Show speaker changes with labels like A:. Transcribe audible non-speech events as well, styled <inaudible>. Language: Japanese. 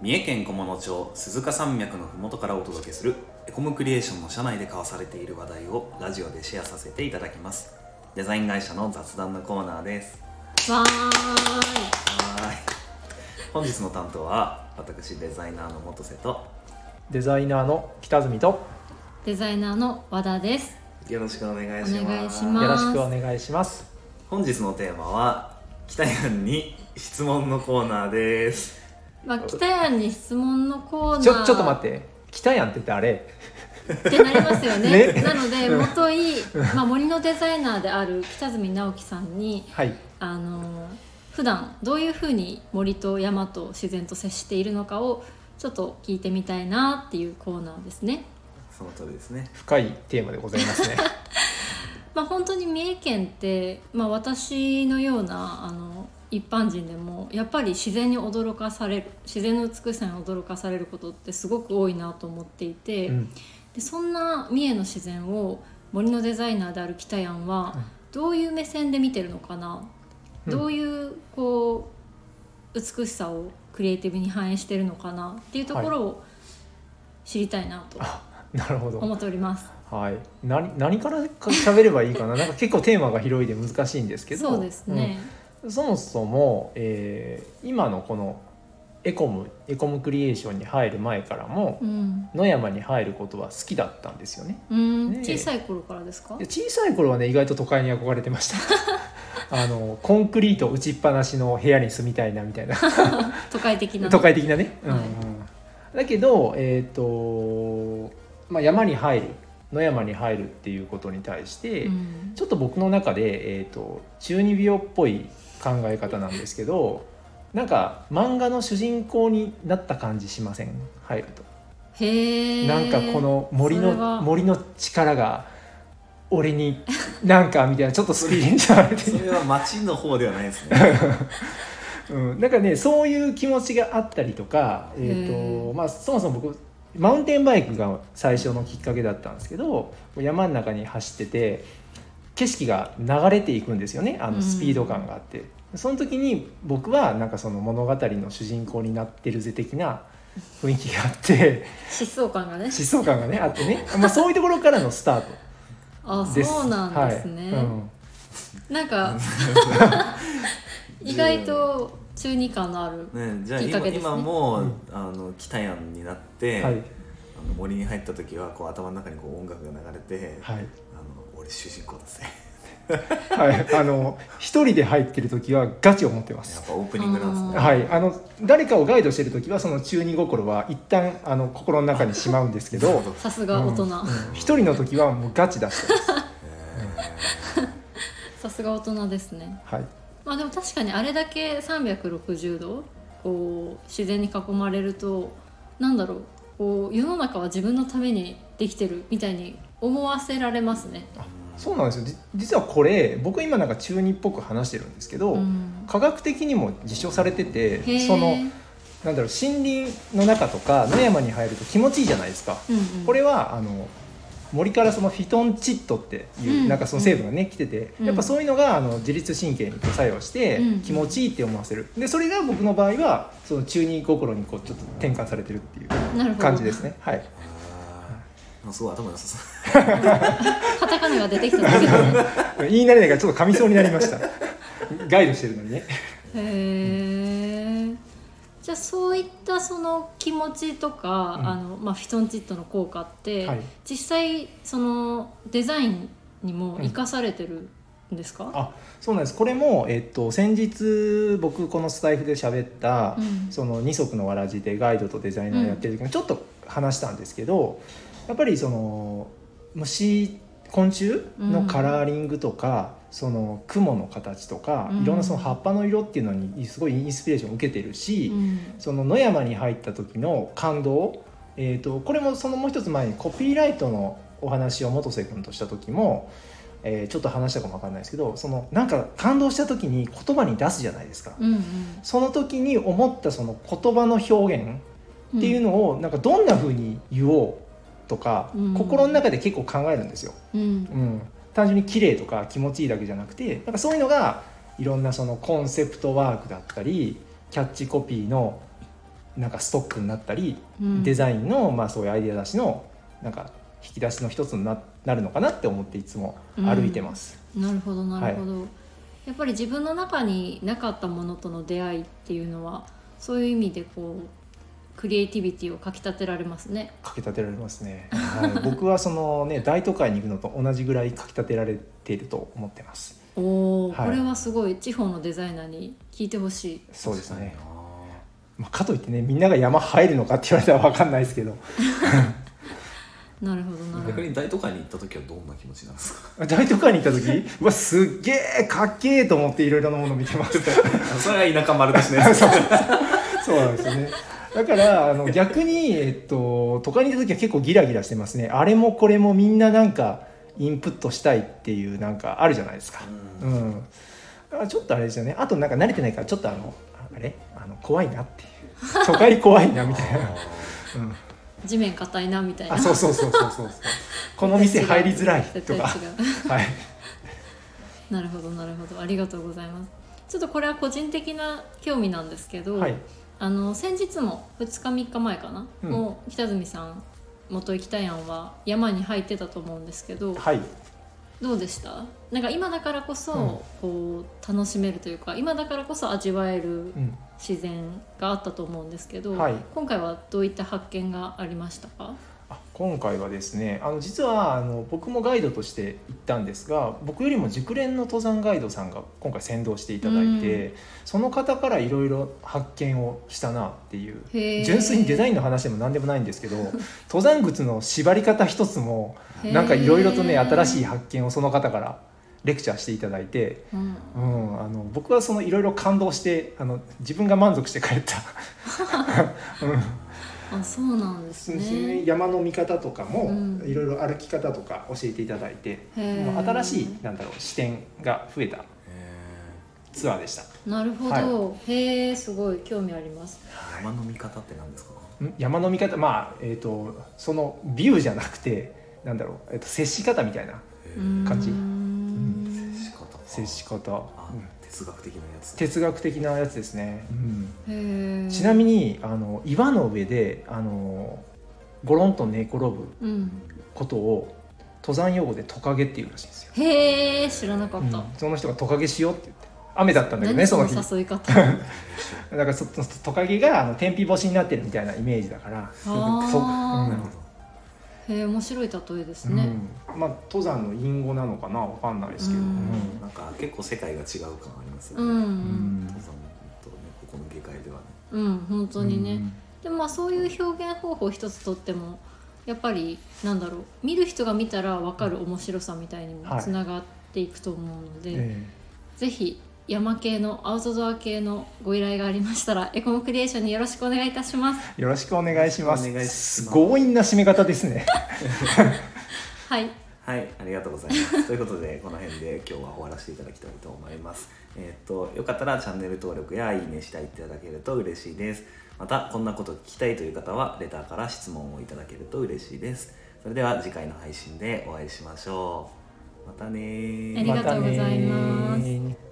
A: 三重県菰野町鈴鹿山脈のふもとからお届けするエコムクリエーションの社内で交わされている話題をラジオでシェアさせていただきますデザイン会社の雑談のコーナーです
B: わー
A: はーい本日の担当は私デザイナーの元瀬と
C: デザイナーの北住と
B: いデザイナーの和田です
A: よろしくお願いします
B: お願いし
C: よ
B: ま
C: ろしくお願いします。
A: 本日のテーマは北谷に質問のコーナーです
B: まあ北谷に質問のコーナー
C: ちょちょっと待って、北やんって誰？
B: ってってなりますよね
C: <laughs> ね
B: なので
C: うん
B: 元い、
C: <laughs>
B: まあ、森のデザイナーである北住直樹さんに
C: はい。
B: あの普段どういうふうに森と山と自然と接しているのかをちょっと聞いてみたいなっていうコーナーですね。
A: その通りですね
C: 深いテーマでござい
B: <laughs>
C: ますね。
B: まあ、本当に三重県って、まあ、私のようなあの一般人でもやっぱり自然に驚かされる自然の美しさに驚かされることってすごく多いなと思っていて、
C: うん、
B: でそんな三重の自然を森のデザイナーである北やんは
C: うん
B: どういう目線で見てるのかな、
C: うん
B: どういうこう美しさをクリエイティブに反映してるのかなっていうところを知りたいなと
C: なるほど。
B: 思っております。
C: はい。何何からか喋ればいいかな。なんか結構テーマが広いで難しいんですけど。
B: そうですね、
C: うん。そもそも、えー今のこのエコムエコムクリエーションに入る前からも
B: うん
C: 野山に入ることは好きだったんですよね。
B: うん
C: ねえ
B: 小さい頃からですか
C: いや小さい頃はね意外と都会に憧れてました
B: <laughs>
C: あのコンクリート打ちっぱなしの部屋に住みたいなみたいな
B: 都会的な
C: 都会的なね、うんうん
B: はい
C: だけど、えーとまあ、山に入る野山に入るっていうことに対して、
B: うん
C: ちょっと僕の中で、えー、と中二病っぽい考え方なんですけどなんか漫画の主人公になった感じしません入ると。
B: へえ
C: なんかこの森
B: それは
C: の森の力が俺に <laughs> なんかみたいなちょっとスピリチュアル
A: そ
B: <laughs>
C: で、
A: れは町の方ではないですね
C: うん、なんかねそういう気持ちがあったりとか、えー
B: う
C: とまあ、そもそも僕マウンテンバイクが最初のきっかけだったんですけど山の中に走ってて景色が流れていくんですよねあ
B: うん
C: のスピード感があって、その時に僕はなんかその物語の主人公になってるぜ的な雰囲気があ
B: <laughs>
C: って
B: 疾走感がね
C: 疾走感がねあってね、まあ、そういうところからのスタート。
B: あ
C: です
B: そうなんですね、
C: はいうん
B: なん
C: <laughs>
B: か意外と中二感のある
A: ねじゃあ
B: きっか
A: 今,、
B: けですね
A: 今もう、
C: うん
A: あの北谷になって、
C: はい
A: あの森に入った時はこう頭の中にこう音楽が流れて、
C: はい
A: あの俺主人公だぜ
C: はい、あの一人で入ってる時はガチ思ってま
A: やっ
C: す。
A: ぱオープニングなんですね、
C: はい、あの誰かをガイドしてる時はその中二心は一旦あの心の中にしまうんですけど、
B: さす <laughs> が大人、
C: うん一人の時はもうガチ出してます。
A: へー
B: さすが大人ですね
C: はい、
B: まあでも確かにあれだけ360度こう自然に囲まれるとなんだろうこう世の中は自分のためにできてるみたいに思わせられますね、
C: そうなんですよ。じ実はこれ僕今なんか中二っぽく話してるんですけど、
B: うん、
C: 科学的にも実証されて
B: へ
C: て、
B: え
C: そのなんだろう森林の中とか野山に入ると気持ちいいじゃないですか。
B: うんうん、
C: これはあの森からそのフィトンチットっていう、
B: うん
C: なんかその成分がね、来てて
B: うん
C: やっぱそういうのがあの自律神経に作用して
B: うん
C: 気持ちいいって思わせるでそれが僕の場合はその中二心にこうちょっと転換されてるっていう
B: なるほど
C: 感じですねはい
A: あーなんかすごい頭良さそう
B: カタカナが出てきただけでね
C: 言い慣れないからちょっと噛みそうになりましたガイドしてるのにね
B: へえじゃあそういったその気持ちとか、
C: うん
B: あのまあ、フィトンチッドの効果って、
C: はい
B: 実際そのデザインにも生かされてるんですか、
C: あそうなんですこれも、えっと、先日僕このスタイフで喋った、
B: うん
C: その二足のわらじでガイドとデザイナーやってる時にちょっと話したんですけど、やっぱりその虫昆虫のカラーリングとか、その雲の形とか、
B: うん
C: いろんなその葉っぱの色っていうのにすごいインスピレーションを受けてるし、
B: うん
C: その野山に入った時の感動、えー、とこれもそのもう一つ前にコピーライトのお話を元瀬君とした時も、えーちょっと話したかもわかんないですけどそのなんか感動した時に言葉に出すじゃないですか。
B: うんうん
C: その時に思ったその言葉の表現っていうのをなんかどんな風に言おうとか、
B: うん
C: 心の中で結構考えるんですよ。
B: うん
C: うん、単純に綺麗とか気持ちいいだけじゃなくてなんかそういうのがいろんなそのコンセプトワークだったりキャッチコピーのなんかストックになったり、
B: うん
C: デザインのまあそういうアイデア出しのなんか引き出しの一つにななるのかなって思っていつも歩いてます。
B: なるほどなるほど、やっぱり自分の中になかったものとの出会いっていうのはそういう意味でこうクリエイティビティをかきたてられますね
C: かきたてられますね、はい、僕はそ
A: <laughs>
C: のね大都会に行くのと同じぐらいかきたてられていると思ってます
B: おお、
C: はい
B: これはすごい地方のデザイナーに聞いてほしい
C: そうです
A: 確、か
C: ね
A: にな
C: まあ、かといってねみんなが山入るのかって言われたら分かんないです
A: <laughs>
C: けど
B: なるほどなるほ
A: 逆
B: ど
A: に大都会に行った時はどんな気持ちなんです
C: <laughs>
A: か
C: 大都会に行った時うわすっげえかっけえと思っていろいろなもの見てます
A: それは田舎丸出しのや <laughs> つ
C: そうなんですよねだからあ <laughs> の逆に、えっと、都会に行った時は結構ギラギラしてますねあれもこれもみんななんかインプットしたいっていうなんかあるじゃないですか
A: う
C: うんん、だからちょっとあれですよねあとなんか慣れてないからちょっとあのあれあの怖いなって <laughs> いう都会怖いなみたいな、うん、
B: 地面硬いなみたいな
C: あそうそうそうそうそうそう <laughs> この店入りづらい
B: <laughs>
C: とか
B: 絶対違う
C: はい
B: なるほどなるほどありがとうございますちょっとこれは個人的な興味なんですけど、
C: はい
B: あの先日も2日3日前かな、
C: うん
B: もう北住さん元行きたやんは山に入ってたと思うんですけど
C: はい
B: どうでしたなんか今だからこそ、
C: うん
B: こう楽しめるというか今だからこそ味わえる
C: うん
B: 自然があったと思うんですけど、
C: はい
B: 今回はどういった発見がありましたか
C: あ今回はですねあの実はあの僕もガイドとして行ったんですが僕よりも熟練の登山ガイドさんが今回先導していただいて、その方からいろいろ発見をしたなっていう
B: へー
C: 純粋にデザインの話でも何でもないんですけど登山靴の縛り方一つも
B: へー
C: なんかいろいろとね新しい発見をその方からレクチャーしていただいて、
B: うん
C: うん、あの僕はそのいろいろ感動してあの自分が満足して帰った。うん
B: あそうなんです
C: そうですね
B: ね。
C: 山の見方とかも
B: うん
C: いろいろ歩き方とか教えていただいて、
B: へー
C: もう新しいなんだろう視点が増えた
A: え
C: ツアーでした
B: なるほど、へえすごい興味あります
A: ー山の見方って何ですか
C: ん山の見方まあえっ、とそのビューじゃなくてなんだろう、えー、と接し方みたいな
A: へ
B: う
A: ー
B: ん
C: 感じ
A: 接し方か
C: 接し方、
A: あ
C: うん
A: 哲学的なやつ
C: 哲学的なやつですね、うん
B: へえ
C: ちなみにあの岩の上であのゴロンと寝転ぶ
B: うん、
C: ことを登山用語でトカゲっていうらしいんですよ、
B: へえ知らなかった、
C: うんその人がトカゲしようって言って雨だったんだけどね
B: 何
C: そ
B: そ
C: の
B: の
C: 日
B: 誘い方
C: だからそそトカゲがあの天日干しになってるみたいなイメージだから
A: な
B: あ
A: る
B: ー
A: ほど
B: へえ面白い例えです
C: うん <laughs>
B: ね、
C: まあ登山の隠語なのかなわかんないですけど、
B: う
C: うんん
A: なんか結構世界が違う感ありますよ
B: う
A: ね、
B: ん
A: 登
B: うん
A: 山とねここの下界ではね
B: うん、本当にね、でもまあそういう表現方法一つとってもやっぱりなんだろう見る人が見たら分かる面白さみたいにも
C: はい
B: つながっていくと思うので、
C: え
B: ぜひ山系のアウトドア系のご依頼がありましたらエコムクリエーションによろしくお願いいたします
C: えよろしくお願いします
A: よろしくお願いします
C: 強引な締め方です
B: <laughs>
C: ね
B: はい
A: はい、ありがとうございます。ということで、この辺で今日は終わらせていただきたいと思います。えーっと、よかったらチャンネル登録やいいねしていただけると嬉しいです。また、こんなこと聞きたいという方は、レターから質問をいただけると嬉しいです。それでは次回の配信でお会いしましょう。またねー
B: ありがとうございます
C: たね